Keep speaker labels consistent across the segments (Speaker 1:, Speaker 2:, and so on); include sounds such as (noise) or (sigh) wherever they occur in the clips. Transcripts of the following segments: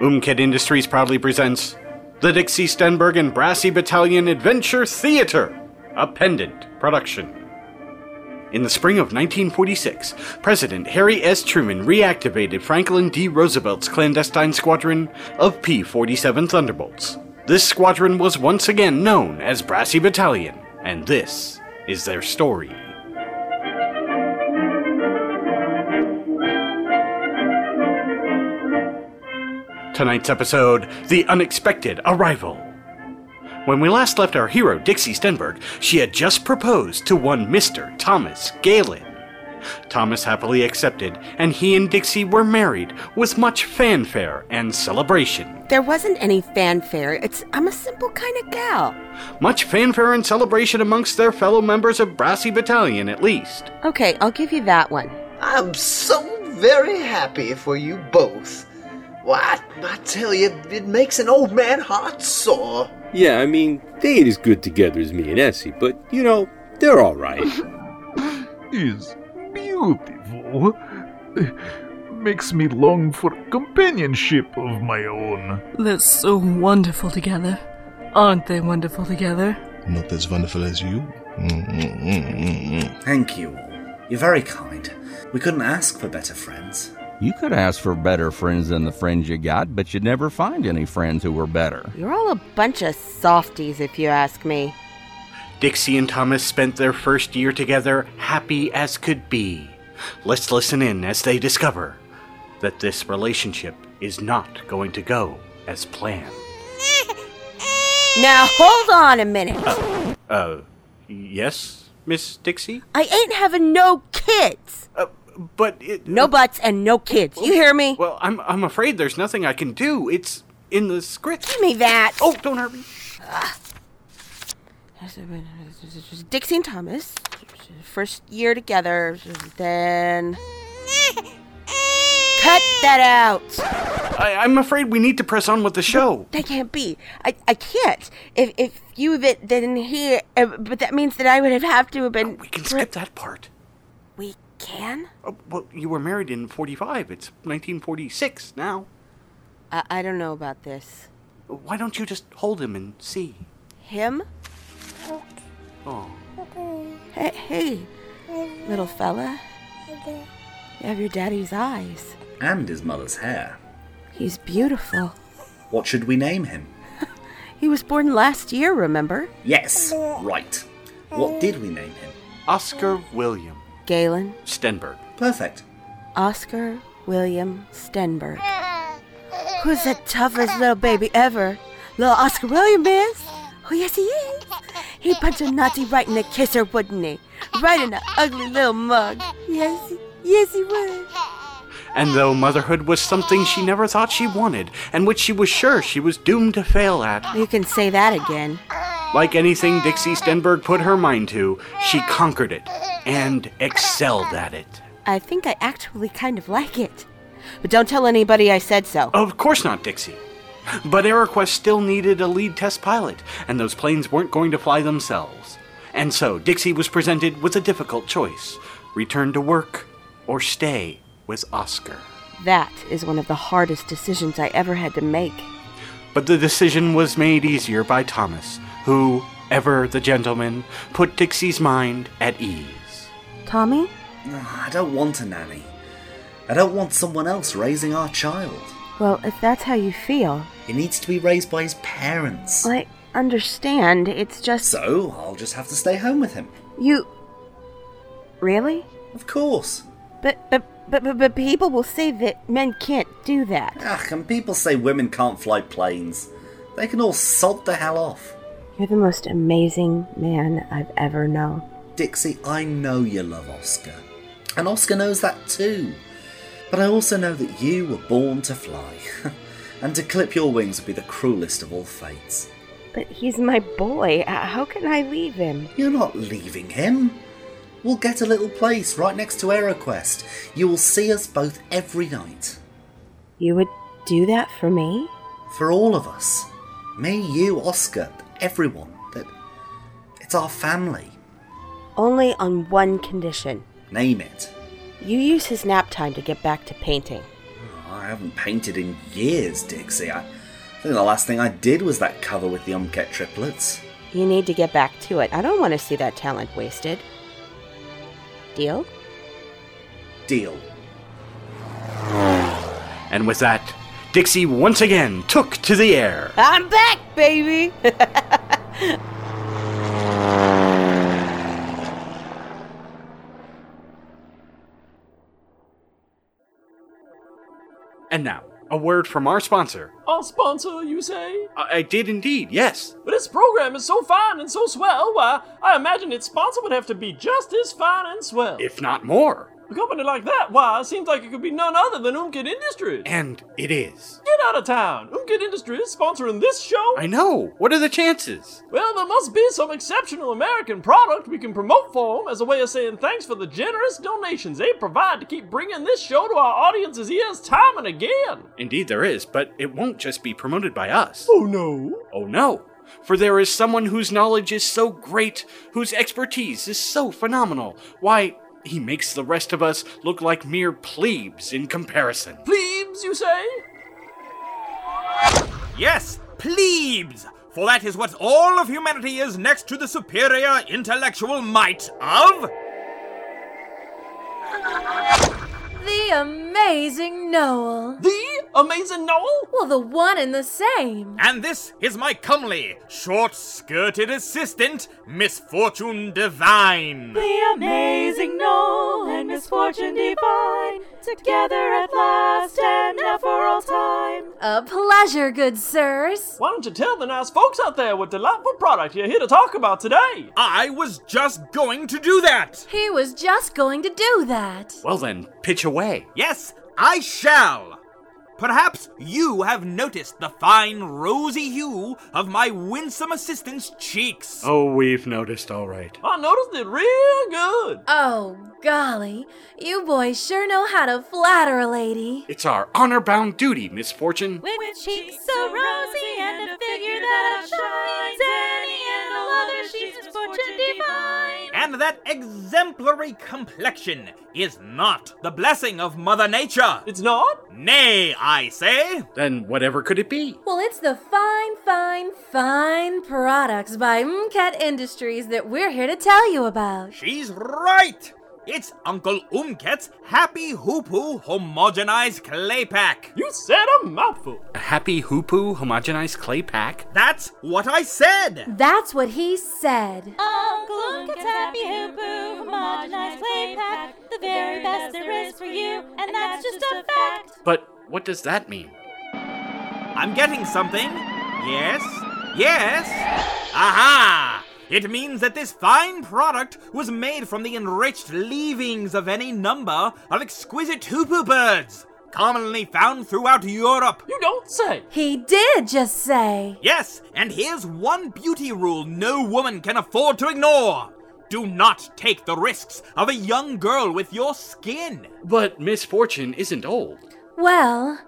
Speaker 1: Umkid Industries proudly presents the Dixie Stenberg and Brassy Battalion Adventure Theater, a pendant production. In the spring of 1946, President Harry S. Truman reactivated Franklin D. Roosevelt's clandestine squadron of P 47 Thunderbolts. This squadron was once again known as Brassy Battalion, and this is their story. Tonight's episode The Unexpected Arrival. When we last left our hero, Dixie Stenberg, she had just proposed to one Mr. Thomas Galen. Thomas happily accepted, and he and Dixie were married with much fanfare and celebration.
Speaker 2: There wasn't any fanfare. It's I'm a simple kind of gal.
Speaker 1: Much fanfare and celebration amongst their fellow members of Brassy Battalion, at least.
Speaker 2: Okay, I'll give you that one.
Speaker 3: I'm so very happy for you both. Why, I tell you, it makes an old man heart sore.
Speaker 4: Yeah, I mean, they ain't as good together as me and Essie, but you know, they're all right.
Speaker 5: is beautiful. Makes me long for companionship of my own.
Speaker 6: They're so wonderful together. Aren't they wonderful together?
Speaker 7: Not as wonderful as you.
Speaker 8: Mm-hmm.
Speaker 7: Mm-mm-mm-mm-mm.
Speaker 9: Thank you all. You're very kind. We couldn't ask for better friends.
Speaker 10: You could ask for better friends than the friends you got, but you'd never find any friends who were better.
Speaker 2: You're all a bunch of softies if you ask me.
Speaker 1: Dixie and Thomas spent their first year together happy as could be. Let's listen in as they discover that this relationship is not going to go as planned.
Speaker 2: Now hold on a minute.
Speaker 1: Uh, yes, Miss Dixie?
Speaker 2: I ain't having no kids.
Speaker 1: Uh, but it. uh,
Speaker 2: No butts and no kids. You hear me?
Speaker 1: Well, I'm, I'm afraid there's nothing I can do. It's in the script.
Speaker 2: Give me that.
Speaker 1: Oh, don't hurt me.
Speaker 2: (sighs) Dixie and Thomas, first year together, then. Cut that out!
Speaker 1: I, I'm afraid we need to press on with the show.
Speaker 2: That can't be. I, I can't. If if you that then he, uh, but that means that I would have have to have been.
Speaker 1: We can skip that part.
Speaker 2: We can.
Speaker 1: Oh, well, you were married in 45. It's 1946 now.
Speaker 2: I, I don't know about this.
Speaker 1: Why don't you just hold him and see?
Speaker 2: Him?
Speaker 1: Oh.
Speaker 2: Hey, hey, little fella. You have your daddy's eyes.
Speaker 9: And his mother's hair.
Speaker 2: He's beautiful.
Speaker 9: What should we name him?
Speaker 2: He was born last year, remember?
Speaker 9: Yes, right. What did we name him?
Speaker 1: Oscar William
Speaker 2: Galen,
Speaker 1: Stenberg.
Speaker 9: Perfect.
Speaker 2: Oscar William Stenberg. Who's the toughest little baby ever? Little Oscar William is? Oh, yes, he is. He'd punch a Nazi right in the kisser, wouldn't he? Right in the ugly little mug. Yes, yes, he would.
Speaker 1: And though motherhood was something she never thought she wanted, and which she was sure she was doomed to fail at,
Speaker 2: You can say that again.
Speaker 1: like anything Dixie Stenberg put her mind to, she conquered it and excelled at it.
Speaker 2: I think I actually kind of like it. But don't tell anybody I said so.
Speaker 1: Of course not, Dixie. But AeroQuest still needed a lead test pilot, and those planes weren't going to fly themselves. And so Dixie was presented with a difficult choice return to work or stay with Oscar.
Speaker 2: That is one of the hardest decisions I ever had to make.
Speaker 1: But the decision was made easier by Thomas, who, ever the gentleman, put Dixie's mind at ease.
Speaker 2: Tommy?
Speaker 9: Ugh, Ah, I don't want a nanny. I don't want someone else raising our child.
Speaker 2: Well, if that's how you feel,
Speaker 9: He needs to be raised by his parents.
Speaker 2: I understand. It's just.
Speaker 9: So I'll just have to stay home with him.
Speaker 2: You. Really?
Speaker 9: Of course.
Speaker 2: But, but, but, but, but people will say that men can't do that.
Speaker 9: Ugh, and Ah, people say women can't fly planes. They can all sod the hell off.
Speaker 2: You're the most amazing man I've ever known.
Speaker 9: Dixie, I know you love Oscar. And Oscar knows that too. But I also know that you were born to fly. (laughs) and to clip your wings would be the cruelest of all fates.
Speaker 2: But he's my boy. Uh, How can I leave him?
Speaker 9: You're not leaving him. We'll get a little place right next to AeroQuest. You will see us both every night.
Speaker 2: You would do that for me?
Speaker 9: For all of us. Me, you, Oscar, everyone. That it's our family.
Speaker 2: Only on one condition.
Speaker 9: Name it.
Speaker 2: You use his nap time to get back to painting.
Speaker 9: Oh, I haven't painted in years, Dixie. I think the last thing I did was that cover with the Umket triplets.
Speaker 2: You need to get back to it. I don't want to see that talent wasted. Deal?
Speaker 9: Deal.
Speaker 1: And with that, Dixie once again took to the air.
Speaker 2: I'm back, baby! (laughs)
Speaker 1: And now, a word from our sponsor.
Speaker 11: Our sponsor, you say?
Speaker 1: I, I did indeed, yes.
Speaker 11: But this program is so fine and so swell, why, I imagine its sponsor would have to be just as fine and swell.
Speaker 1: If not more.
Speaker 11: A company like that, why, seems like it could be none other than Umkid Industries.
Speaker 1: And it is.
Speaker 11: Get out of town! Umkid Industries sponsoring this show?
Speaker 1: I know. What are the chances?
Speaker 11: Well, there must be some exceptional American product we can promote for 'em as a way of saying thanks for the generous donations they provide to keep bringing this show to our audience's ears time and again.
Speaker 1: Indeed, there is, but it won't just be promoted by us.
Speaker 11: Oh no.
Speaker 1: Oh no! For there is someone whose knowledge is so great, whose expertise is so phenomenal. Why, he makes the rest of us look like mere plebes in comparison.
Speaker 11: Plebes, you say?
Speaker 12: Yes, plebes! For that is what all of humanity is next to the superior intellectual might of.
Speaker 13: The amazing Noel.
Speaker 11: The amazing Noel?
Speaker 13: Well, the one and the same.
Speaker 12: And this is my comely, short skirted assistant, Misfortune Divine.
Speaker 14: The amazing Noel and Misfortune Divine, together at last and now for all time.
Speaker 13: A pleasure, good sirs.
Speaker 11: Why don't you tell the nice folks out there what delightful product you're here to talk about today?
Speaker 12: I was just going to do that.
Speaker 13: He was just going to do that.
Speaker 1: Well, then, pitch away.
Speaker 12: Yes, I shall. Perhaps you have noticed the fine rosy hue of my winsome assistant's cheeks.
Speaker 1: Oh, we've noticed, all right.
Speaker 11: I noticed it real good.
Speaker 13: Oh, golly. You boys sure know how to flatter a lady.
Speaker 1: It's our honor bound duty, Misfortune.
Speaker 14: With, With cheeks so rosy and a figure that outshines any and all other, she's Misfortune divine.
Speaker 12: And that exemplary complexion is not the blessing of Mother Nature.
Speaker 11: It's not?
Speaker 12: Nay, I say.
Speaker 1: Then whatever could it be?
Speaker 13: Well, it's the fine, fine, fine products by MCAT Industries that we're here to tell you about.
Speaker 12: She's right! It's Uncle Umket's Happy Hoopoo Homogenized Clay Pack.
Speaker 11: You said a mouthful.
Speaker 1: A happy Hoopoo homogenized clay pack?
Speaker 12: That's what I said!
Speaker 13: That's what he said.
Speaker 14: Uncle Umka's happy hoopoo, homogenized clay pack, the very best there is for you, and that's just a fact.
Speaker 1: But what does that mean?
Speaker 12: I'm getting something. Yes? Yes? Aha! It means that this fine product was made from the enriched leavings of any number of exquisite hoopoo birds, commonly found throughout Europe.
Speaker 11: You don't say.
Speaker 13: He did just say.
Speaker 12: Yes, and here's one beauty rule no woman can afford to ignore. Do not take the risks of a young girl with your skin.
Speaker 1: But Misfortune isn't old.
Speaker 13: Well,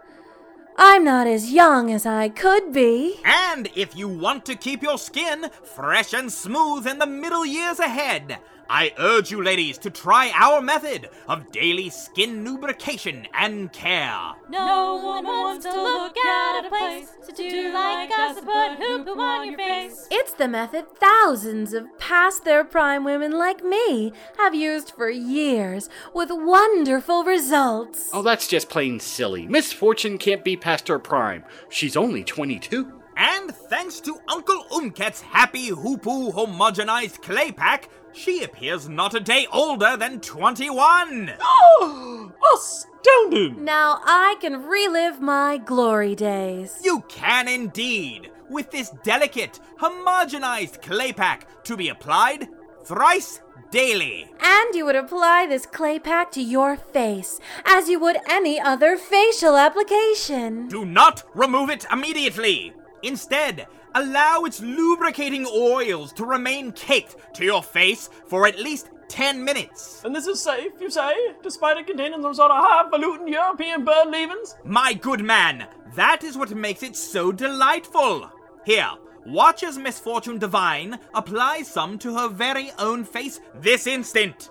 Speaker 13: I'm not as young as I could be.
Speaker 12: And if you want to keep your skin fresh and smooth in the middle years ahead, I urge you ladies to try our method of daily skin lubrication and care.
Speaker 14: No one wants to look out of place, so do like us and put hoopoo on your face.
Speaker 13: It's the method thousands of past their prime women like me have used for years with wonderful
Speaker 1: (gasps)
Speaker 13: results.
Speaker 1: Oh, that's just plain silly. Misfortune can't be past her prime. She's only 22.
Speaker 12: And thanks to Uncle Umket's happy hoopoo homogenized clay pack, she appears not a day older than 21.
Speaker 11: Oh, astounding!
Speaker 13: Now I can relive my glory days.
Speaker 12: You can indeed, with this delicate, homogenized clay pack to be applied thrice daily.
Speaker 13: And you would apply this clay pack to your face, as you would any other facial application.
Speaker 12: Do not remove it immediately. Instead, allow its lubricating oils to remain caked to your face for at least 10 minutes.
Speaker 11: And this is safe, you say, despite it containing some sort of highfalutin European bird leavings?
Speaker 12: My good man, that is what makes it so delightful. Here, watch as Misfortune Divine applies some to her very own face this instant.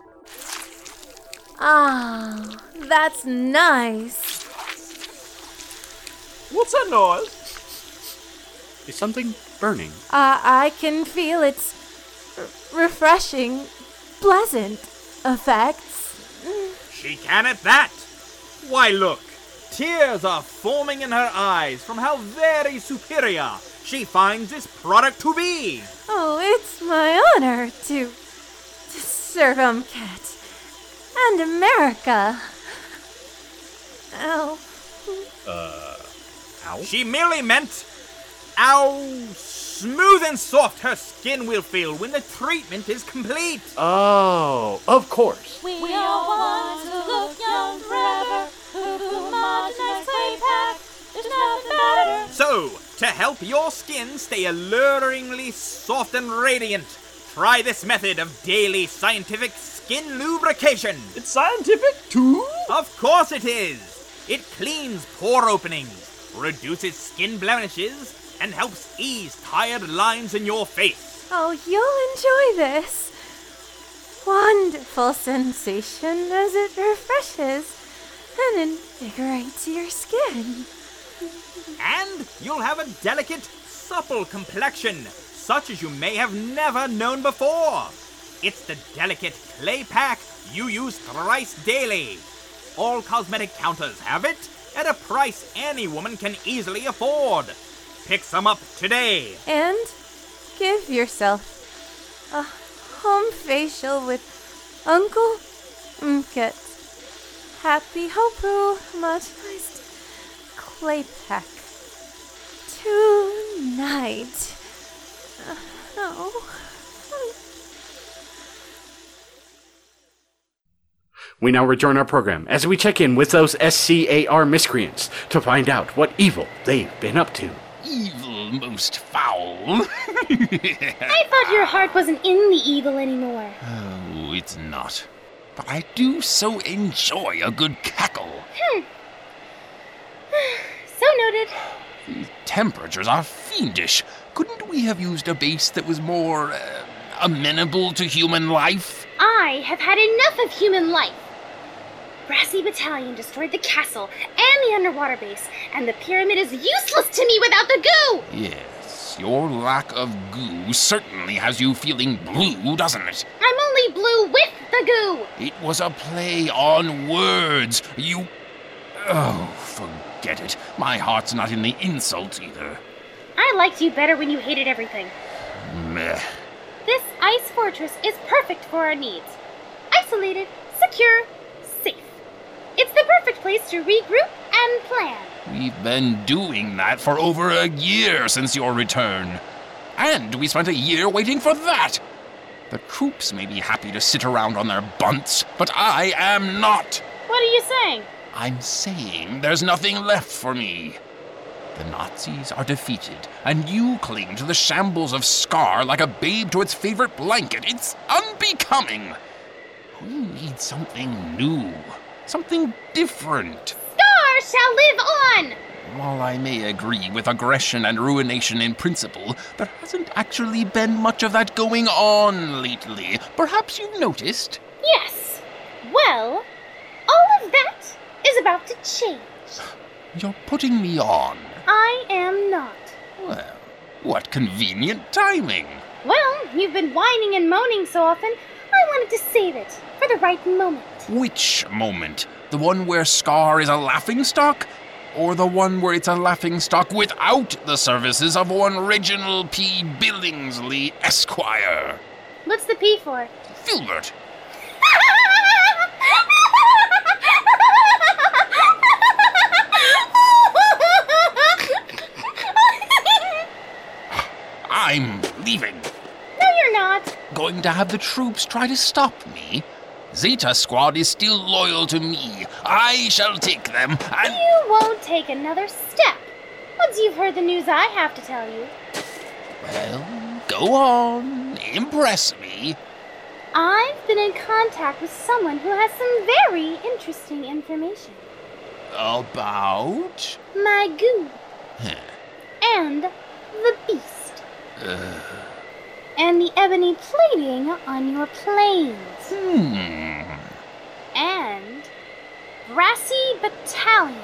Speaker 13: Ah, oh, that's nice.
Speaker 11: What's that noise?
Speaker 1: Is something burning?
Speaker 13: Uh, I can feel its r- refreshing, pleasant effects.
Speaker 12: She can at that. Why, look, tears are forming in her eyes from how very superior she finds this product to be.
Speaker 13: Oh, it's my honor to, to serve Umcat and America. Oh, Ow.
Speaker 12: Uh, ow? She merely meant, ow, smooth and soft her skin will feel when the treatment is complete.
Speaker 1: Oh, of course.
Speaker 14: We all want to look young forever. Who modernized clay path? There's nothing better.
Speaker 12: So, to help your skin stay alluringly soft and radiant, try this method of daily scientific skin lubrication.
Speaker 11: It's scientific too?
Speaker 12: Of course it is. It cleans pore openings, reduces skin blemishes, and helps ease tired lines in your face.
Speaker 13: Oh, you'll enjoy this. Wonderful sensation as it refreshes and invigorates your skin.
Speaker 12: And you'll have a delicate, supple complexion, such as you may have never known before. It's the delicate clay pack you use thrice daily. All cosmetic counters have it at a price any woman can easily afford. Pick some up today.
Speaker 13: And give yourself a home facial with Uncle Mkit. Happy Hopu Modernized Clay Pack. Tonight. Uh, Oh.
Speaker 1: We now rejoin our program as we check in with those SCAR miscreants to find out what evil they've been up to.
Speaker 7: Evil, most foul. (laughs)
Speaker 15: I thought your heart wasn't in the evil anymore.
Speaker 7: oh, it's not. But I do so enjoy a good cackle.
Speaker 15: Hmm. (sighs) so noted.
Speaker 7: Temperatures are fiendish. Couldn't we have used a base that was more uh, amenable to human life?
Speaker 15: I have had enough of human life. Brassy Battalion destroyed the castle and the underwater base, and the pyramid is useless to me without the goo!
Speaker 7: Yes, your lack of goo certainly has you feeling blue, doesn't it?
Speaker 15: I'm only blue with the goo!
Speaker 7: It was a play on words. You. Oh, forget it. My heart's not in the insult either.
Speaker 15: I liked you better when you hated everything.
Speaker 7: Meh.
Speaker 15: This ice fortress is perfect for our needs. Isolated, secure, safe. It's the perfect place to regroup and plan.
Speaker 7: We've been doing that for over a year since your return. And we spent a year waiting for that. The troops may be happy to sit around on their bunts, but I am not.
Speaker 15: What are you saying?
Speaker 7: I'm saying there's nothing left for me. The Nazis are defeated, and you cling to the shambles of Scar like a babe to its favorite blanket. It's unbecoming. We need something new, something different.
Speaker 15: Star shall live on!
Speaker 7: While I may agree with aggression and ruination in principle, there hasn't actually been much of that going on lately. Perhaps you've noticed?
Speaker 15: Yes. Well, all of that is about to change.
Speaker 7: You're putting me on.
Speaker 15: I am not.
Speaker 7: Well, what convenient timing.
Speaker 15: Well, you've been whining and moaning so often, I wanted to save it for the right moment.
Speaker 7: Which moment? The one where Scar is a laughingstock? Or the one where it's a laughingstock without the services of one Reginald P. Billingsley, Esquire?
Speaker 15: What's the P for? (laughs)
Speaker 7: Filbert. I'm leaving.
Speaker 15: no, you're not.
Speaker 7: Going to have the troops try to stop me? Zeta Squad is still loyal to me. I shall take them and.
Speaker 15: You won't take another step once you've heard the news I have to tell you.
Speaker 7: Well, go on. Impress me.
Speaker 15: I've been in contact with someone who has some very interesting information.
Speaker 7: About.
Speaker 15: My goo
Speaker 7: Huh.
Speaker 15: and the beast
Speaker 7: Uh, (laughs)
Speaker 15: and the ebony plating on your planes
Speaker 7: hmm.
Speaker 15: and brassy battalion.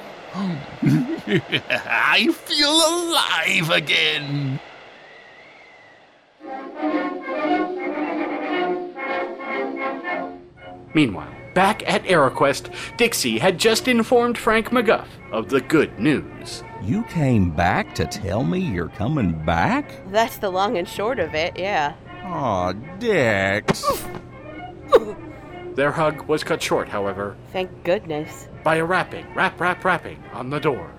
Speaker 7: I feel alive again.
Speaker 1: Meanwhile, back at AeroQuest, Dixie had just informed Frank McGuff of the good news.
Speaker 10: You came back to tell me you're coming back?
Speaker 16: That's the long and short of it, yeah.
Speaker 10: Aw, Dix.
Speaker 1: Their hug was cut short, however,
Speaker 16: Thank goodness.
Speaker 1: by a rapping, rap, rap, rapping on the door.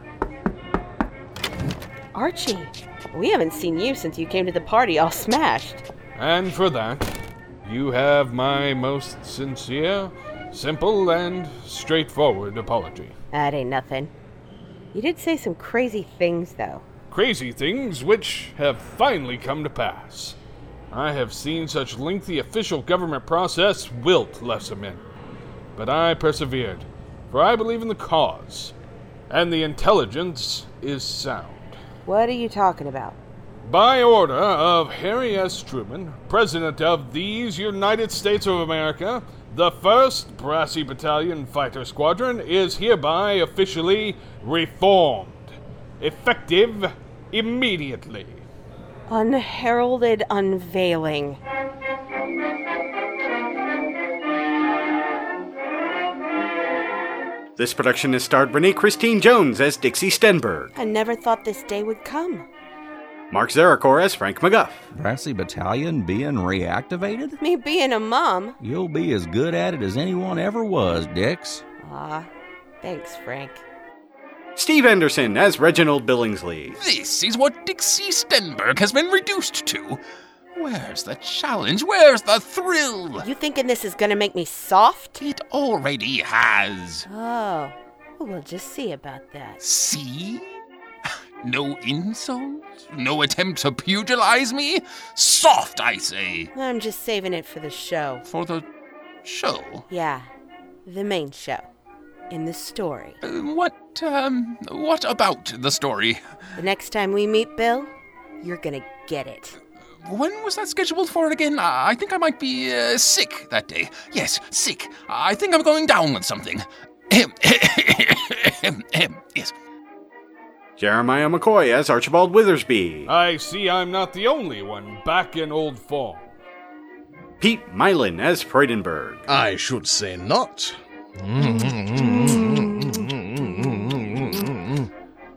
Speaker 16: Archie, we haven't seen you since you came to the party all smashed.
Speaker 17: And for that, you have my most sincere, simple, and straightforward apology.
Speaker 16: That ain't nothing. You did say some crazy things, though.
Speaker 17: Crazy things which have finally come to pass. I have seen such lengthy official government process wilt lesser men. But I persevered, for I believe in the cause, and the intelligence is sound.
Speaker 16: What are you talking about?
Speaker 17: By order of Harry S. Truman, President of these United States of America, the 1st Brassy Battalion Fighter Squadron is hereby officially reformed, effective immediately.
Speaker 16: Unheralded unveiling.
Speaker 1: This production has starred Renee Christine Jones as Dixie Stenberg,
Speaker 2: I never thought this day would come.
Speaker 1: Mark Zarakor as Frank McGuff,
Speaker 10: Brassy Battalion being reactivated?
Speaker 16: Me being a mom?
Speaker 10: You'll be as good at it as anyone ever was, Dix.
Speaker 16: Ah, thanks, Frank.
Speaker 1: Steve Anderson as Reginald Billingsley,
Speaker 7: This is what Dixie Stenberg has been reduced to. Where's the challenge? Where's the thrill?
Speaker 16: You thinking this is gonna make me soft?
Speaker 7: It already has.
Speaker 16: Oh, we'll just see about that.
Speaker 7: See? E? No insults? No attempt to pugilize me? Soft, I say.
Speaker 16: I'm just saving it for the show.
Speaker 7: For the show?
Speaker 16: Yeah, the main show. In the story.
Speaker 7: Uh, What, um, what about the story?
Speaker 16: The next time we meet Bill, you're gonna get it.
Speaker 7: When was that scheduled for again? I I think I might be uh, sick that day. Yes, sick. I think I'm going down with something. (coughs) Ahem, ahem, ahem. yes.
Speaker 1: Jeremiah McCoy as Archibald Withersby,
Speaker 17: I see I'm not the only one back in old form.
Speaker 1: Pete Mylan as Freudenberg,
Speaker 8: I should say not.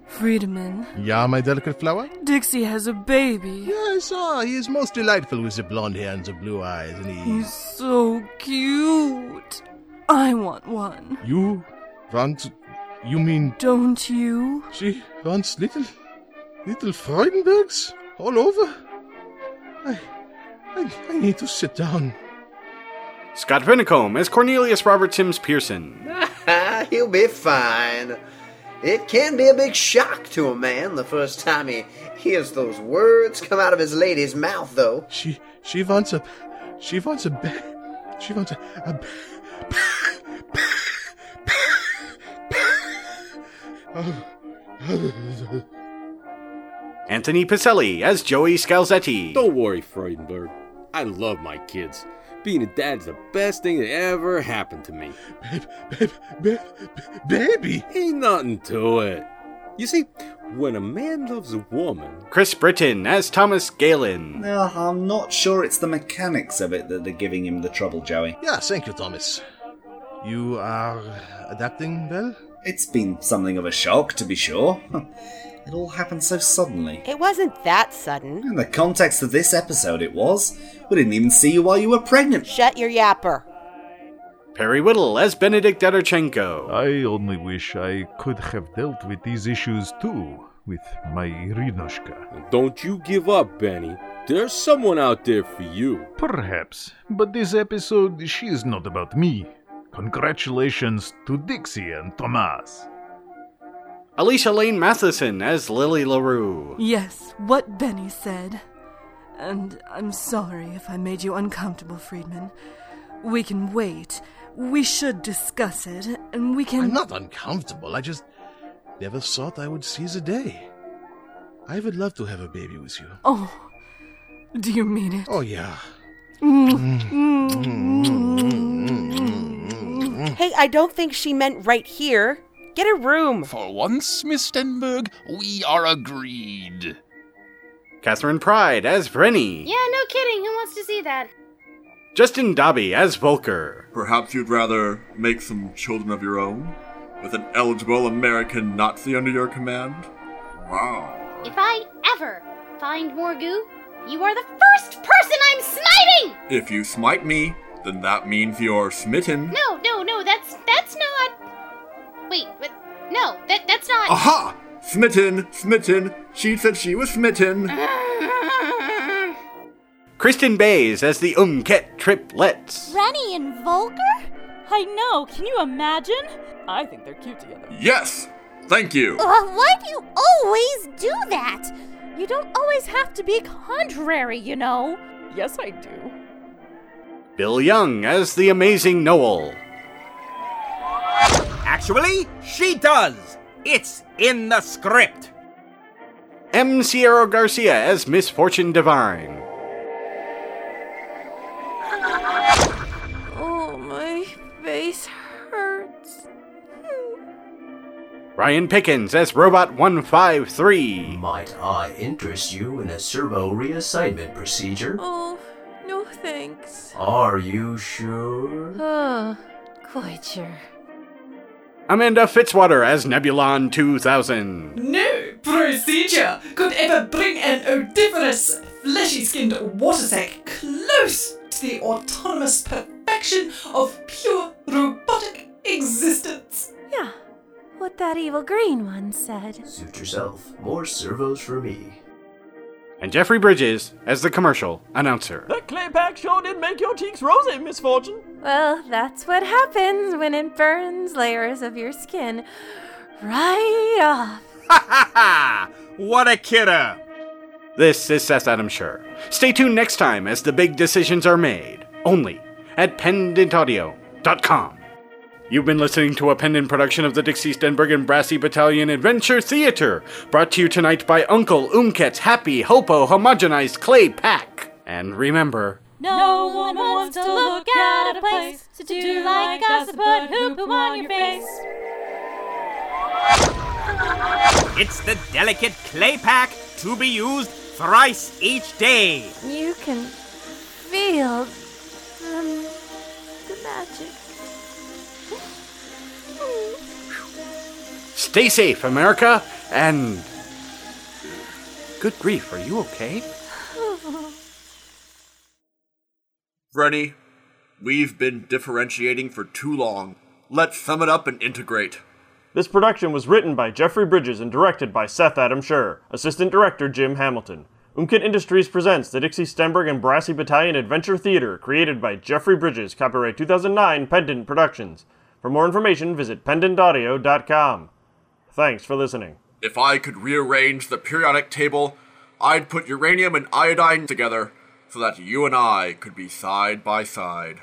Speaker 6: Friedman,
Speaker 8: Yeah, my delicate flower?
Speaker 6: Dixie has a baby.
Speaker 8: Yes, ah, he is most delightful with the blonde hair and the blue eyes, and he.
Speaker 6: He's so cute. I want one.
Speaker 8: You want. You mean.
Speaker 6: Don't you?
Speaker 8: She wants little. little Freudenbergs all over? I. I, I need to sit down.
Speaker 1: Scott Vinicombe as Cornelius Robert Sims Pearson,
Speaker 3: (laughs) Ah, he'll be fine. It can be a big shock to a man the first time he hears those words come out of his lady's mouth, though.
Speaker 8: She. she wants a. she wants a. ba- she wants a. a
Speaker 1: Anthony Pacelli as Joey Scalzetti,
Speaker 4: Don't worry, Freudenberg. I love my kids. Being a dad's the best thing that ever happened to me.
Speaker 8: baby!
Speaker 4: Ain't nothing to it. You see, when a man loves a woman,
Speaker 1: Chris Britton as Thomas Galen,
Speaker 9: Now, I'm not sure it's the mechanics of it that are giving him the trouble, Joey.
Speaker 8: Yeah, thank you, Thomas. You are adapting well?
Speaker 9: It's been something of a shock, to be sure. (laughs) it all happened so suddenly.
Speaker 16: It wasn't that sudden.
Speaker 9: In the context of this episode, it was. We didn't even see you while you were pregnant.
Speaker 16: Shut your yapper.
Speaker 1: Perry Whittle as Benedict Edorchenko,
Speaker 5: I only wish I could have dealt with these issues too, with my Irinoshka.
Speaker 4: don't you give up, Benny. There's someone out there for you.
Speaker 5: Perhaps, but this episode, she is not about me. Congratulations to Dixie and Thomas.
Speaker 1: Alicia Lane Matheson as Lily LaRue,
Speaker 6: Yes, what Benny said. And I'm sorry if I made you uncomfortable, Friedman. We can wait. We should discuss it, and we can.
Speaker 8: I'm not uncomfortable. I just never thought I would see the day. I would love to have a baby with you.
Speaker 6: Oh, do you mean it?
Speaker 8: Oh, yeah.
Speaker 6: Mm.
Speaker 8: Mm.
Speaker 7: Mm-hmm.
Speaker 16: Hey, I don't think she meant right here. Get a room!
Speaker 7: For once, Miss Stenberg, we are agreed.
Speaker 1: Catherine Pride as Vrenny.
Speaker 15: Yeah, no kidding. Who wants to see that?
Speaker 1: Justin Dobby as Volker.
Speaker 18: Perhaps you'd rather make some children of your own? With an eligible American Nazi under your command? Wow.
Speaker 15: If I ever find more goo, you are the first person I'm smiting!
Speaker 18: If you smite me, then that means you're smitten.
Speaker 15: No, no, no, that's that's not. Wait, but no, that that's not. (laughs)
Speaker 18: Aha! Smitten, smitten. She said she was smitten.
Speaker 1: Kristen Bays as the Umket triplets.
Speaker 14: Rennie and Volker? I know, can you imagine? I think they're cute together.
Speaker 18: Yes! Thank you!
Speaker 14: Uh-huh.
Speaker 19: Uh, why do you always do that? You don't always have to be contrary, you know.
Speaker 14: Yes, I do.
Speaker 1: Bill Young as the amazing Noel.
Speaker 12: Actually, she does. It's in the script.
Speaker 1: M. Sierra Garcia as Miss Fortune Divine.
Speaker 6: Oh, my face hurts.
Speaker 1: Ryan Pickens as Robot 153.
Speaker 20: Might I interest you in a servo reassignment procedure?
Speaker 6: Oh, no thanks.
Speaker 20: Are you
Speaker 13: (laughs)
Speaker 20: sure?
Speaker 13: Oh, quite sure.
Speaker 1: Amanda Fitzwater as Nebulon 2000.
Speaker 21: No procedure could ever bring an odoriferous, fleshy skinned water sack close to the autonomous perfection of pure robotic existence.
Speaker 13: Yeah, what that evil green one said.
Speaker 20: Suit yourself. More servos for me.
Speaker 1: And Jeffrey Bridges as the commercial announcer.
Speaker 11: That clay pack show did make your cheeks rosy, Miss Fortune.
Speaker 13: Well, that's what happens when it burns layers of your skin right off.
Speaker 12: Ah, what a kidder!
Speaker 1: This is Seth Adam Schur. Stay tuned next time as the big decisions are made, only at pendantaudio.com. You've been listening to a pendant production of the Dixie Stenberg and Brassy Battalion Adventure Theater, brought to you tonight by Uncle Umket's Happy Hopo Homogenized Clay Pack. And remember,
Speaker 14: No one wants to look out of place, to do like us, to put hoo poo on your face.
Speaker 12: It's the delicate clay pack to be used thrice each day.
Speaker 13: You can feel the, the magic.
Speaker 1: stay safe, America, and. Good grief, are you okay?
Speaker 18: Rennie, we've been differentiating for too long. Let's sum it up and integrate.
Speaker 11: This production was written by Jeffrey Bridges and directed by Seth Adam Schur, assistant director Jim Hamilton. Umkit Industries presents the Dixie Stenberg and Brassy Battalion Adventure Theater, created by Jeffrey Bridges, copyright 2009, Pendant Productions. For more information, visit pendantaudio.com. Thanks for listening.
Speaker 18: If I could rearrange the periodic table, I'd put uranium and iodine together so that you and I could be side by side.